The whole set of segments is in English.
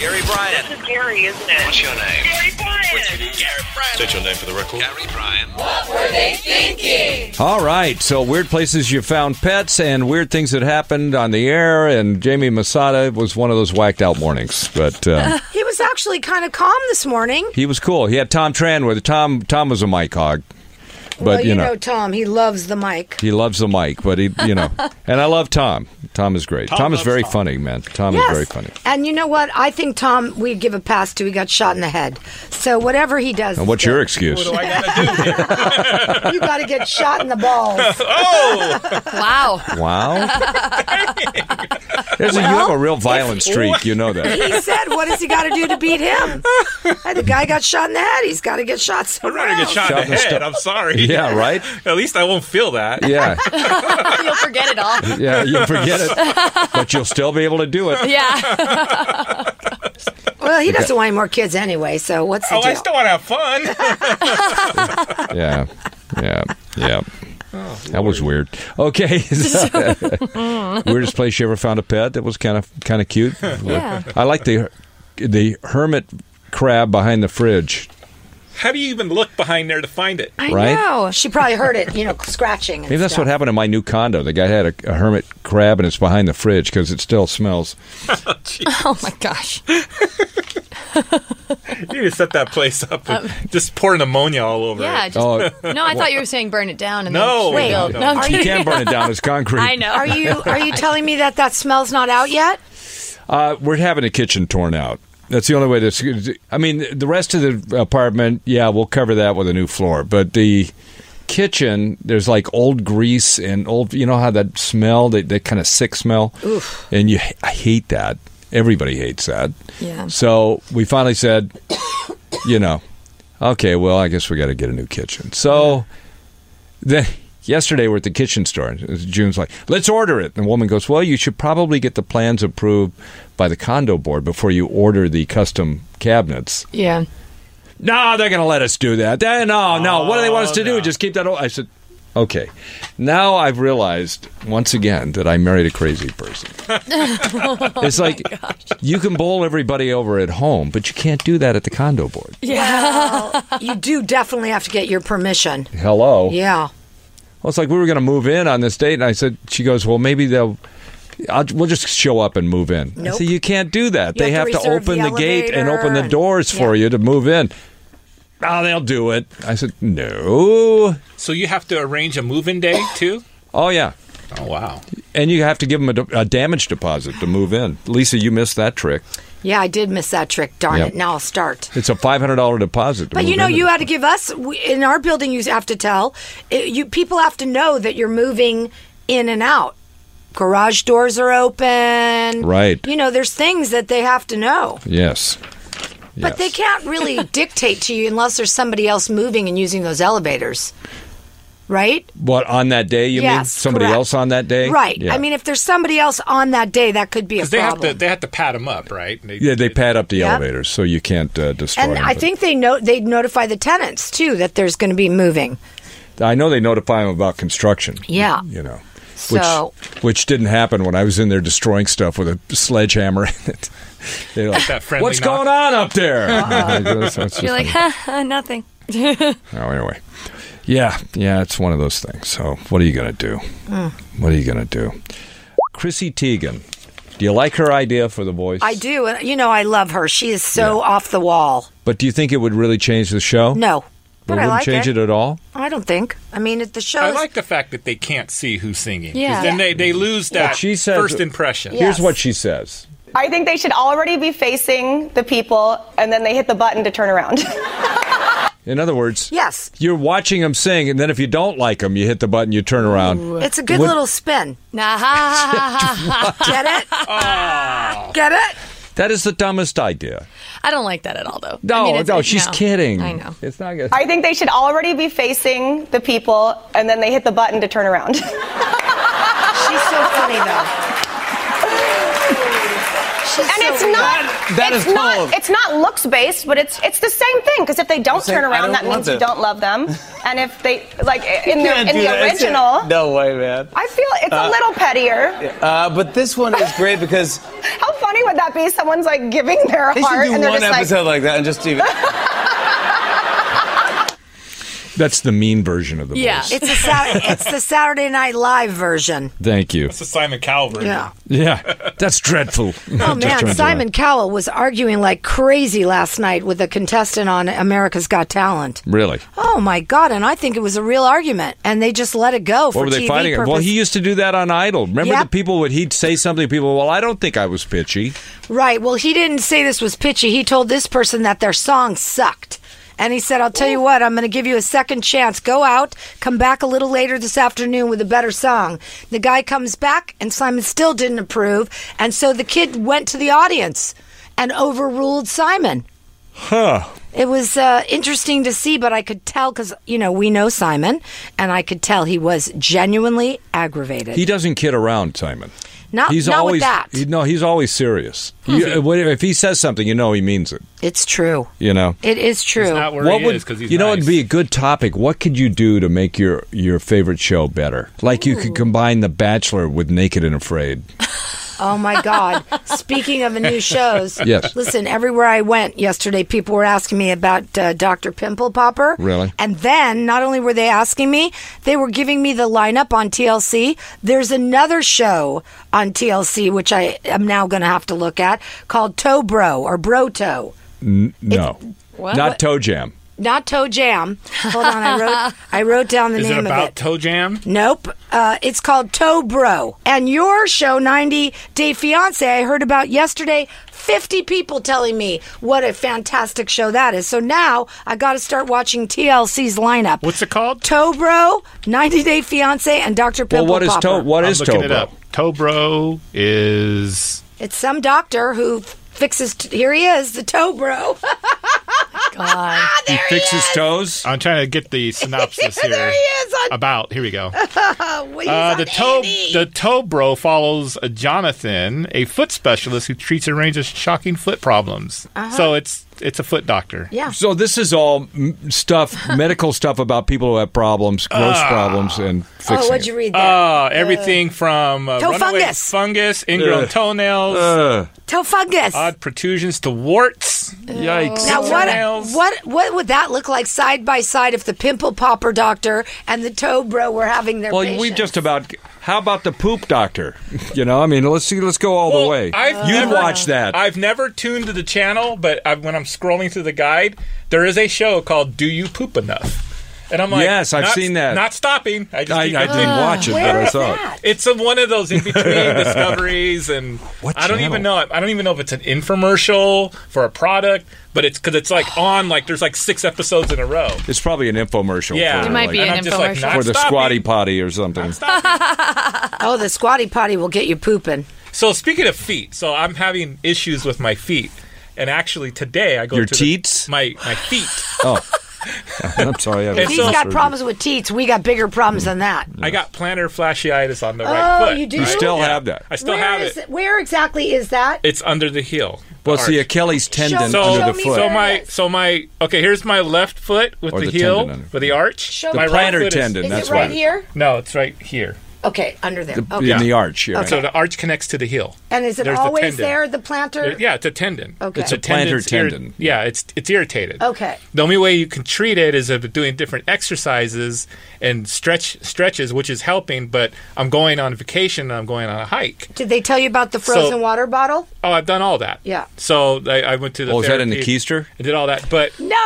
Gary Bryan. This is Gary, isn't it? What's your name? Gary Bryan. Gary Bryan. State your name for the record. Gary Bryan. All right. So, weird places you found pets and weird things that happened on the air. And Jamie Masada was one of those whacked out mornings, but um, He was actually kind of calm this morning. he was cool. He had Tom Tran with Tom. Tom was a mic hog, but well, you know, Tom, he loves the mic. he loves the mic. But he, you know, and I love Tom. Tom is great. Tom, is loves very Tom. funny, man. Tom yes. is very funny. And you know what? I think Tom, we'd give a pass to. He got shot in the head. So whatever he does. And what's is your good. excuse? I gotta do here? You got to get shot in the balls. Wow. Wow. There's a, you have a real violent streak. You know that. He said, "What has he got to do to beat him?" And the guy got shot in the head. He's got to get shot I'd somewhere. rather get else. shot Shot in in the the head. stomach. I'm sorry. Yeah, right? At least I won't feel that. Yeah, You'll forget it all. yeah. You forget it, but you'll still be able to do it. Yeah. Well, he doesn't want any more kids anyway. So what's the Oh, deal? I still want to have fun. Yeah, yeah, yeah. that was weird. Okay, weirdest place you ever found a pet that was kind of kind of cute. Yeah. I like the the hermit crab behind the fridge. How do you even look behind there to find it? I Right? know. She probably heard it, you know, scratching. And Maybe that's stuff. what happened in my new condo. The guy had a, a hermit crab and it's behind the fridge because it still smells. Oh my gosh. You need to set that place up and Um, just pour pneumonia all over Yeah. it. Just, Oh, no, I thought you were saying burn it down and No, then no, rebuild. no. I'm Are you kidding. Oh, can burn it down. It's concrete. I know. Are you are you telling me that that smell's not out yet? Uh, we're having a kitchen torn out. That's the only way this. I mean, the rest of the apartment, yeah, we'll cover that with a new floor. But the kitchen, there's like old grease and old. You know how that smell, that, that kind of sick smell. Oof. And you, I hate that. Everybody hates that. Yeah. So we finally said, you know, okay, well, I guess we got to get a new kitchen. So then yesterday we're at the kitchen store and june's like let's order it and the woman goes well you should probably get the plans approved by the condo board before you order the custom cabinets Yeah. no they're going to let us do that They- no no what do they want us to do just keep that old i said okay now i've realized once again that i married a crazy person it's like you can bowl everybody over at home but you can't do that at the condo board You do definitely have to get your permission. hello Yeah. Well, it's like we were going to move in on this date, and I said, she goes, well, maybe they'll. I'll, we'll just show up and move in. I Nope. said, you can't do that. You they have have to to, reserve open the the, gate and open the elevator doors and- for yeah. you to move in. Oh, they'll do it. I said, no. So you have to arrange a move-in day too. Oh, yeah. Oh wow. And you have to give them a, de- a damage deposit to move in. Lisa, you missed that trick. Yeah, I did miss that trick. Darn Yep. it. Now I'll start. It's a $500 deposit. To But you move know, into you the- had to give us we- in our building. You have to tell it, you people have to know that you're moving in and out. Garage doors are open. Right. You know, there's things that they have to know, Yes. but they can't really dictate to you unless there's somebody else moving and using those elevators. Right? What, on that day, you mean? yes. Somebody correct. else on that day? Right. Yeah. I mean, if there's somebody else on that day, that could be a Because they have problem. to they have to pat them up, right? yeah, they pad up the Yep. elevators so you can't uh, destroy and them. I but- think they know they notify the tenants too that there's going to be moving. I know they notify them about construction. Yeah. You know. So- which, which didn't happen when I was in there destroying stuff with a sledgehammer in it. They're like, That friendly What's knock." going on up there? It's just You're like, funny. ha, ha, nothing. oh, anyway. Yeah, yeah, it's one of those things. So, what are you going to do? Hmm. What are you going to do? Chrissy Teigen. Do you like her idea for the voice? I do. and You know, I love her. She is so off the wall. But do you think it would really change the show? No, It but I wouldn't like change it. it. at all? I don't think. I mean, it, the show. I is- like the fact that they can't see who's singing. 'cause Yeah. Then they, they lose that she said- first impression. Here's Yes. what she says. I think they should already be facing the people, and then they hit the button to turn around. In other words, Yes, you're watching them sing, and then if you don't like them, you hit the button, you turn around. it's a good What- little spin. Nah, ha, ha, ha, ha. Get it? Get it? That is the dumbest idea. I don't like that at all, though. No, I mean, it's- no, it- she's no. kidding. I know. It's not good. I think they should already be facing the people, and then they hit the button to turn around. She's so funny though. and it's not. that it's is not. cold. It's not looks based, but it's it's the same thing. Because if they don't saying, turn I around, don't that love means you them. don't love them. And if they like in the Can't in do the that. It's- original, No way, man. I feel it's a Uh, little pettier. Uh, but this one is great because How funny would that be? Someone's like giving their they should heart, do and they're one just episode like. like, that and just do That's the mean version of the Yeah. voice. It's a Saturday, it's the Saturday Night Live version. Thank you. It's a Simon Cowell version. Yeah. Yeah, that's dreadful. Oh man, Simon Cowell was arguing like crazy last night with a contestant on America's Got Talent. Really? Oh my god! And I think it was a real argument, and they just let it go for What were they TV fighting? purpose. Well, he used to do that on Idol. Remember Yep. the people would he'd say something. People, well, I don't think I was pitchy. Right. Well, he didn't say this was pitchy. He told this person that their song sucked. And he said, I'll tell you what, I'm going to give you a second chance. Go out, come back a little later this afternoon with a better song. The guy comes back, and Simon still didn't approve. And so the kid went to the audience and overruled Simon. Huh? It was uh, interesting to see, but I could tell because, you know, we know Simon, and I could tell he was genuinely aggravated. He doesn't kid around, Simon. Not- he's not with always that. Hmm. he- no, he's always serious. You- what- if he says something, you know he means it. it's true. You know. It is true. Not where he would is because he's you know? nice. It'd be a good topic. What could you do to make your your favorite show better? Like you could combine The Bachelor with Naked and Afraid. Oh my God. Speaking of the new shows, Yes. listen, everywhere I went yesterday, people were asking me about uh, Dr. Pimple Popper. Really? And then not only were they asking me, they were giving me the lineup on TLC. There's another show on TLC, which I am now going to have to look at, called Toe Bro or Bro Toe. No, not Toe Jam. Not Toe Jam. Hold on, I wrote, I wrote down the Is name it of about it. toe jam? Nope. Uh, it's called Toe Bro. And your show, 90 Day Fiance, I heard about yesterday. 50 people telling me what a fantastic show that is. So now I got to start watching TLC's lineup. What's it called? Toe Bro, 90 Day Fiance, and Dr. Pimple well, what is Popper. Toe? What I'm is looking Toe it Bro? up. Tobro is It's some doctor who fixes. T- Here he is, the Toe Bro. God. He fixes toes. I'm trying to get the synopsis here. there he is Uh, on About here we go. He's Uh, on E. the toe 80. the toe bro follows a Jonathan, a foot specialist who treats a range of shocking foot problems. So it's it's a foot doctor. Uh-huh. Yeah. So this is all m- stuff, medical stuff about people who have problems, gross Ah. problems, and fixing. Oh, what'd it. you read there? Uh, everything from uh, Toe runaway fungus. fungus, ingrown Ugh. toenails, Uh, toe fungus. odd protrusions to warts. yikes! Now what, Toenails. what what would that look like side by side if the pimple popper doctor and the toe bro were having their well, patients? we just about. How about the poop doctor? You know, I mean, let's see, let's go all the Well, way. I've You'd never- watch that. I've never tuned to the channel, but I, when I'm scrolling through the guide, there is a show called "Do You Poop Enough?" And I'm like, Yes, I've not- seen that. Not stopping. I just I, I keep didn't going. watch it, but Where I is saw it. that? It's a, one of those in between discoveries, and What I don't channel? even know. I don't even know if it's an infomercial for a product, but it's because it's like on like there's like six episodes in a row. It's probably an infomercial. Yeah, for, It might be and an I'm just like, infomercial. not for the stopping. squatty potty or something. oh, the squatty potty will get you pooping. So speaking of feet, so I'm having issues with my feet, and actually today I go Your to the- teats? my my feet. Oh, I'm sorry. I It's He's so- got problems with teats. We got bigger problems than that. I got plantar fasciitis on the right Oh, foot. you do? You Right. still have that? I still have it. Where exactly is that? It's under the heel. Well, the see, arch. Achilles tendon Show- under show the me foot. where so it my is. so my okay. Here's my left foot with Or the, the heel tendon under. with the arch. Show my me. the plantar foot is- tendon. Is that's it right why. here? no, it's right here. Okay, under there. okay. In the arch. Yeah. So the arch connects to the heel. and is it There's the always tendon. there, the plantar? There- Yeah, it's a tendon. Okay. It's The a plantar tendon's irri- tendon. yeah, it's it's irritated. Okay. The only way you can treat it is if doing different exercises and stretch stretches, which is helping. But I'm going on vacation. and I'm going on a hike. Did they tell you about the frozen water bottle? Oh, I've done all that. Yeah. So I, I went to the. Oh, is that in the therapy. keister? I did all that, but No.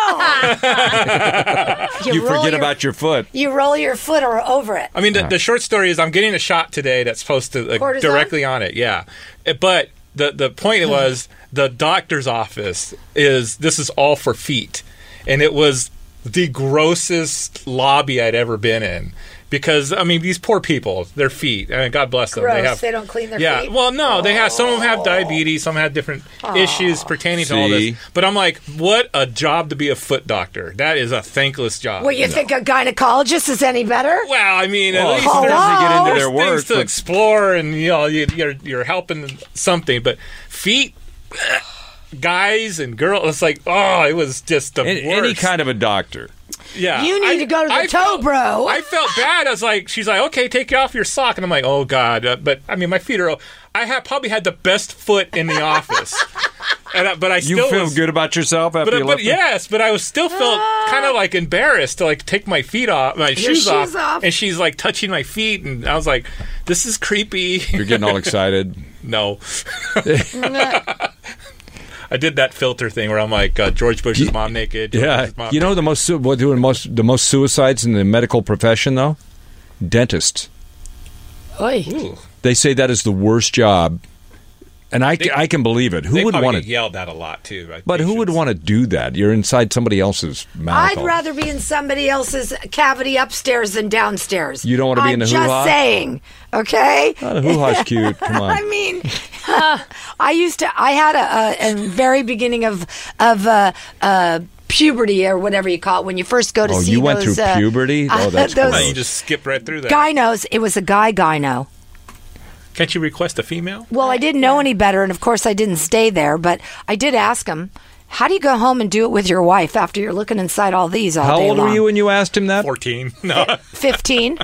you You roll forget your- about your foot. You roll your foot or over it. I mean, the, the short story is I'm getting a shot today that's supposed to like, Cortisone? directly on it. Yeah, Uh, but the the Hmm. point was the doctor's office is this is all for feet, and it was the grossest lobby I'd ever been in. Because I mean, these poor people, their feet. I mean, God bless them. They Gross. have They don't clean their yeah. feet? Oh. Well, no, they have some of them have diabetes, some have different issues pertaining to all See? this. But I'm like, what a job to be a foot doctor. That is a thankless job. Well, you think a gynecologist is any better? Well, I mean, Well, at least sometimes there's, they get into there's their things work, to but- explore, and you know, you, you're you're helping something. But feet, guys and girls. It's like, oh, it was just the An- worst. any kind of a doctor. Yeah, You need to go to the toe, felt- bro. I felt bad. I was like, she's like, okay, take off your sock, and I'm like, oh god. Uh, but I mean, my feet are. I have probably had the best foot in the office, and I, but I You still feel was, good about yourself after But, uh, you but left. the- yes, but I was still felt kind of like embarrassed to like take my feet off, my shoes, shoes off, off. and she's like touching my feet, and I was like, this is creepy. You're getting all excited. no. I did that filter thing where I'm like uh, George Bush's mom naked. George Yeah, Bush's mom you know the most su- what doing most the most suicides in the medical profession though, dentists. Oy. Ooh, They say that is the worst job, and I, ca- I can believe it. they Who would probably want get to? yelled at a lot too. by But who would patients. want to do that? You're inside somebody else's mouth. I'd all- rather be in somebody else's cavity upstairs than downstairs. You don't wanna be I'm in a hoo-ha? Just saying, okay. Oh, the hoo-ha's cute. Come on. I mean, I used to. I had a, a, a very beginning of of uh, uh, puberty or whatever you call it when you first go to Oh, see. you went those, through uh, puberty? Oh, that's those No, you just skip right through that. gynos. It was a guy gyno. Can't you request a female? Well, I didn't know any better, and of course, I didn't stay there. But I did ask him, "How do you go home and do it with your wife after you're looking inside all these all How day old long?" were you when you asked him that? Fourteen? No. Fifteen.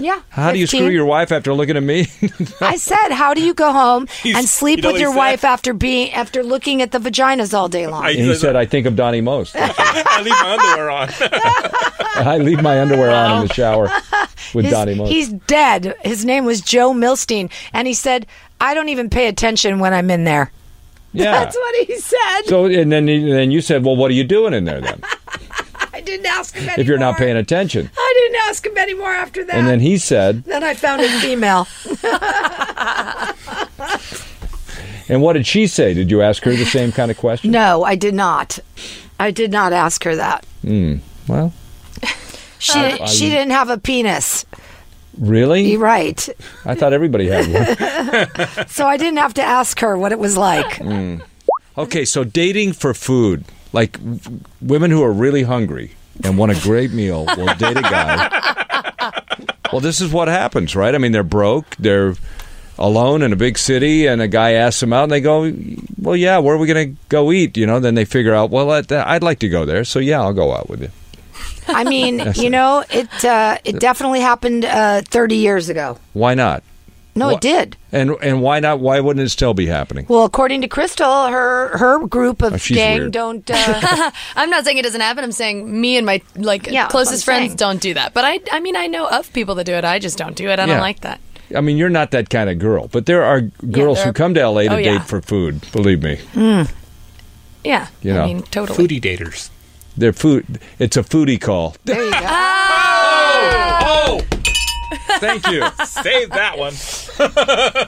Yeah. How do you 15. screw your wife after looking at me? I said, how do you go home and He's- sleep you know with what he your said? wife after being after looking at the vaginas all day long? I, And he said, "I think of Donnie most. I leave my underwear on. I leave my underwear on in the shower with His- Donnie most." he's dead. His name was Joe Milstein, and he said, I don't even pay attention when I'm in there. yeah. That's what he said. so and then and then you said, "Well, what are you doing in there then? I didn't ask him anymore. If you're not paying attention." I didn't ask him anymore after that. And then he said, Then I found a female. "And what did she say? Did you ask her the same kind of question?" No, I did not. I did not ask her that. Well, She she didn't have a penis. really? You're right. I thought everybody had one. So I didn't have to ask her what it was like. Okay, so dating for food, like w- women who are really hungry and want a great meal, will date a guy. Well, this is what happens, right? I mean, they're broke, they're alone in a big city, and a guy asks them out, and they go, "Well, yeah, where are we going to go eat?" You know, then they figure out, "Well, I'd, I'd like to go there, so yeah, I'll go out with you." I mean, you know, it uh, it definitely happened uh, 30 years ago. Why not? No, Wha- it did. And and why not? Why wouldn't it still be happening? Well, according to Crystal, her her group of Oh, she's gang weird. don't. Uh, I'm not saying it doesn't happen. I'm saying me and my like Yeah, that's closest what I'm friends saying. don't do that. But I, I mean, I know of people that do it. I just don't do it. I Yeah. don't like that. I mean, you're not that kind of girl, but there are girls there who are- come to LA to Oh, yeah. date for food. Believe me, Yeah, You know. I mean, totally. Foodie daters. they're food. It's a foodie call. there you go. Oh, Thank you. save that one.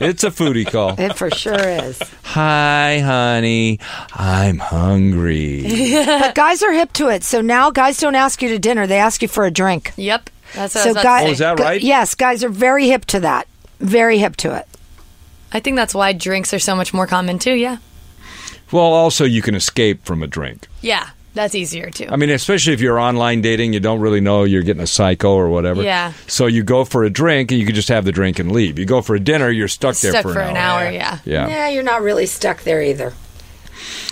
It's a foodie call. It for sure is. Hi, honey. I'm hungry. But guys are hip to it. So now guys don't ask you to dinner; they ask you for a drink. Yep, that's what I So was about to guys, say. Oh, is that gu- right? yes, guys are very hip to that. Very hip to it. I think that's why drinks are so much more common too. Yeah, Well, also, you can escape from a drink. yeah, that's easier too. I mean, especially if you're online dating, you don't really know you're getting a psycho or whatever. Yeah. So you go for a drink and you can just have the drink and leave. You go for a dinner, you're stuck there Stuck for, an, hour. hour. yeah. Yeah. Yeah, you're not really stuck there either.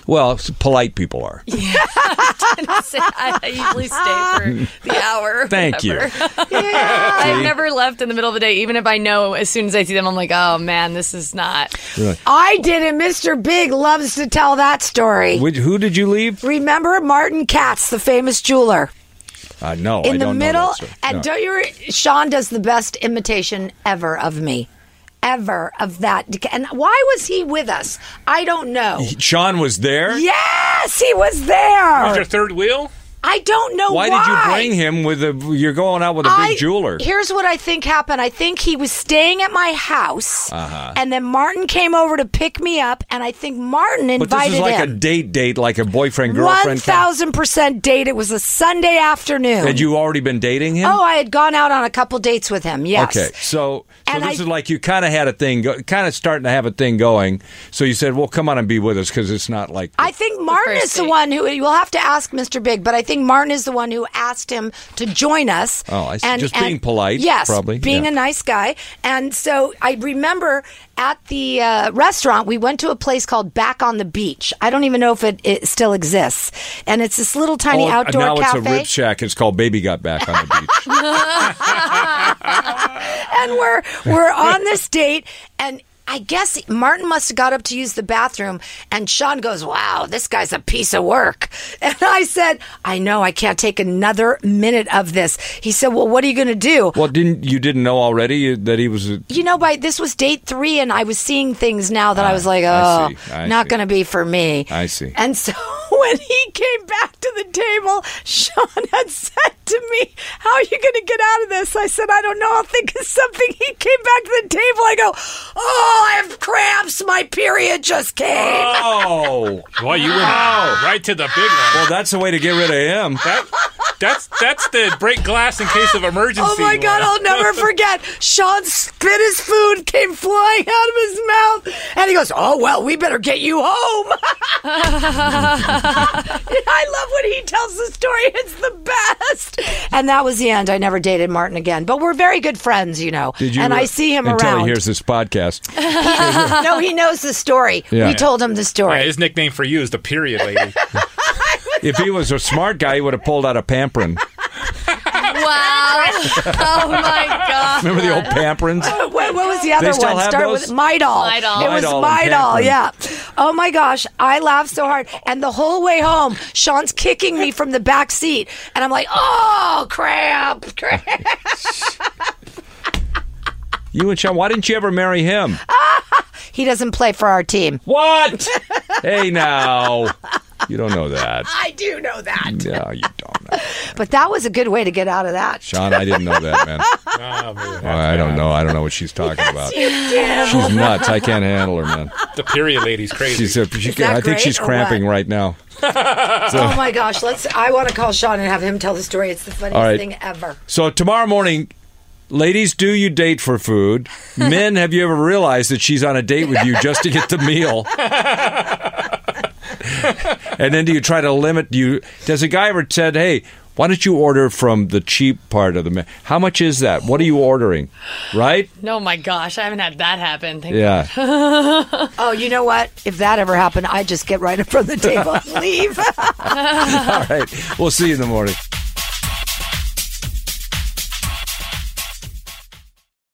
Well, s- polite people are. I usually stay for the hour. or Thank you. whatever. I've never left in the middle of the day, even if I know as soon as I see them, I'm like, oh man, this is not. I did it. Mr. Big loves to tell that story. Which, who did you leave? Remember Martin Katz, the famous jeweler? Uh, no, I in the don't know middle. that story. And No. don't you? Re- Sean does the best imitation ever of me, ever of that. And why was he with us? I don't know. Sean was there? yes, he was Is there. your third wheel? I don't know Why, why. did you bring him with a, you're going out with a I- big jeweler? Here's what I think happened. I think he was staying at my house, Uh-huh. and then Martin came over to pick me up, and I think Martin But this invited is like him. a date date, like a boyfriend One girlfriend. kind- thousand percent date. It was a Sunday afternoon. Had you already been dating him? Oh, I had gone out on a couple dates with him. Yes. Okay, so so And this I- is like you kind of had a thing, go, kind of starting to have a thing going. So you said, "Well, come on and be with us," because it's not like I think Martin first is the date. one who you'll have to ask Mr. Big, but I think Martin is the one who asked him to join us. Oh, I see. Just being polite, Yes, probably. being Yeah. a nice guy. And so I remember at the uh, restaurant, we went to a place called Back on the Beach. I don't even know if it, it still exists. And it's this little tiny Oh, outdoor now cafe. it's a rib shack. It's called Baby Got Back on the Beach. and we're we're on this date and I guess Martin must have got up to use the bathroom and Sean goes, "Wow, this guy's a piece of work." And I said, "I know, I can't take another minute of this." He said, "Well, what are you going to do?" well, didn't you didn't know already that he was? a- you know, by this was date three, and I was seeing things now that I was like, Ah, I oh, see. I not see. going to be for me. I see. And so when he came back to the table, Sean had said to me, How are you going to get out of this? I said, I don't know. I'll think of something. He came back to the table. I go, Oh, I have cramps. My period just came. Oh, Well, you went right to the big one. well, that's the way to get rid of him. That, that's that's the break glass in case of emergency. Oh my God, one. I'll never forget. Sean spit his food, came flying out of his mouth, and he goes, Oh, well, we better get you home. And I love when he tells the story. It's the best. And that was the end. I never dated Martin again, but we're very good friends, you know. Did you? and I see him until around. he hears this podcast. no, he knows the story. Yeah. We told him the Yeah, story. his nickname for you is the period lady. if he was a smart guy, he would have pulled out a pamperin. Wow. Oh my god. Remember the old pamperins? what, what was the other They still one? have Start those? with Midol. Midol. It was Midol and Midol, Pamperin. yeah. Oh my gosh, I laughed so hard. And the whole way home, Sean's kicking me from the back seat. And I'm like, oh, crap, crap. You and Sean, why didn't you ever marry him? He doesn't play for our team. What? hey, now. You don't know that. I do know that. No, you don't know. But that was a good way to get out of that. John, I didn't know that, man. Oh, man. Oh, I don't know. I don't know what she's talking about. She's nuts. I can't handle her, man. The period lady's crazy. She's, uh, she, that I think great she's or cramping what? right now. Oh my gosh, let's. I want to call Sean and have him tell the story. It's the funniest All right. thing ever. So tomorrow morning, ladies, do you date for food? Men, have you ever realized that she's on a date with you just to get the meal? and then do you try to limit? Do you does a guy ever said, "Hey, why don't you order from the cheap part of the menu? How much is that? What are you ordering?" Right? No, my gosh, I haven't had that happen. Thank Yeah. Oh, you know what? If that ever happened, I'd just get right up from the table and leave. All right. We'll see you in the morning.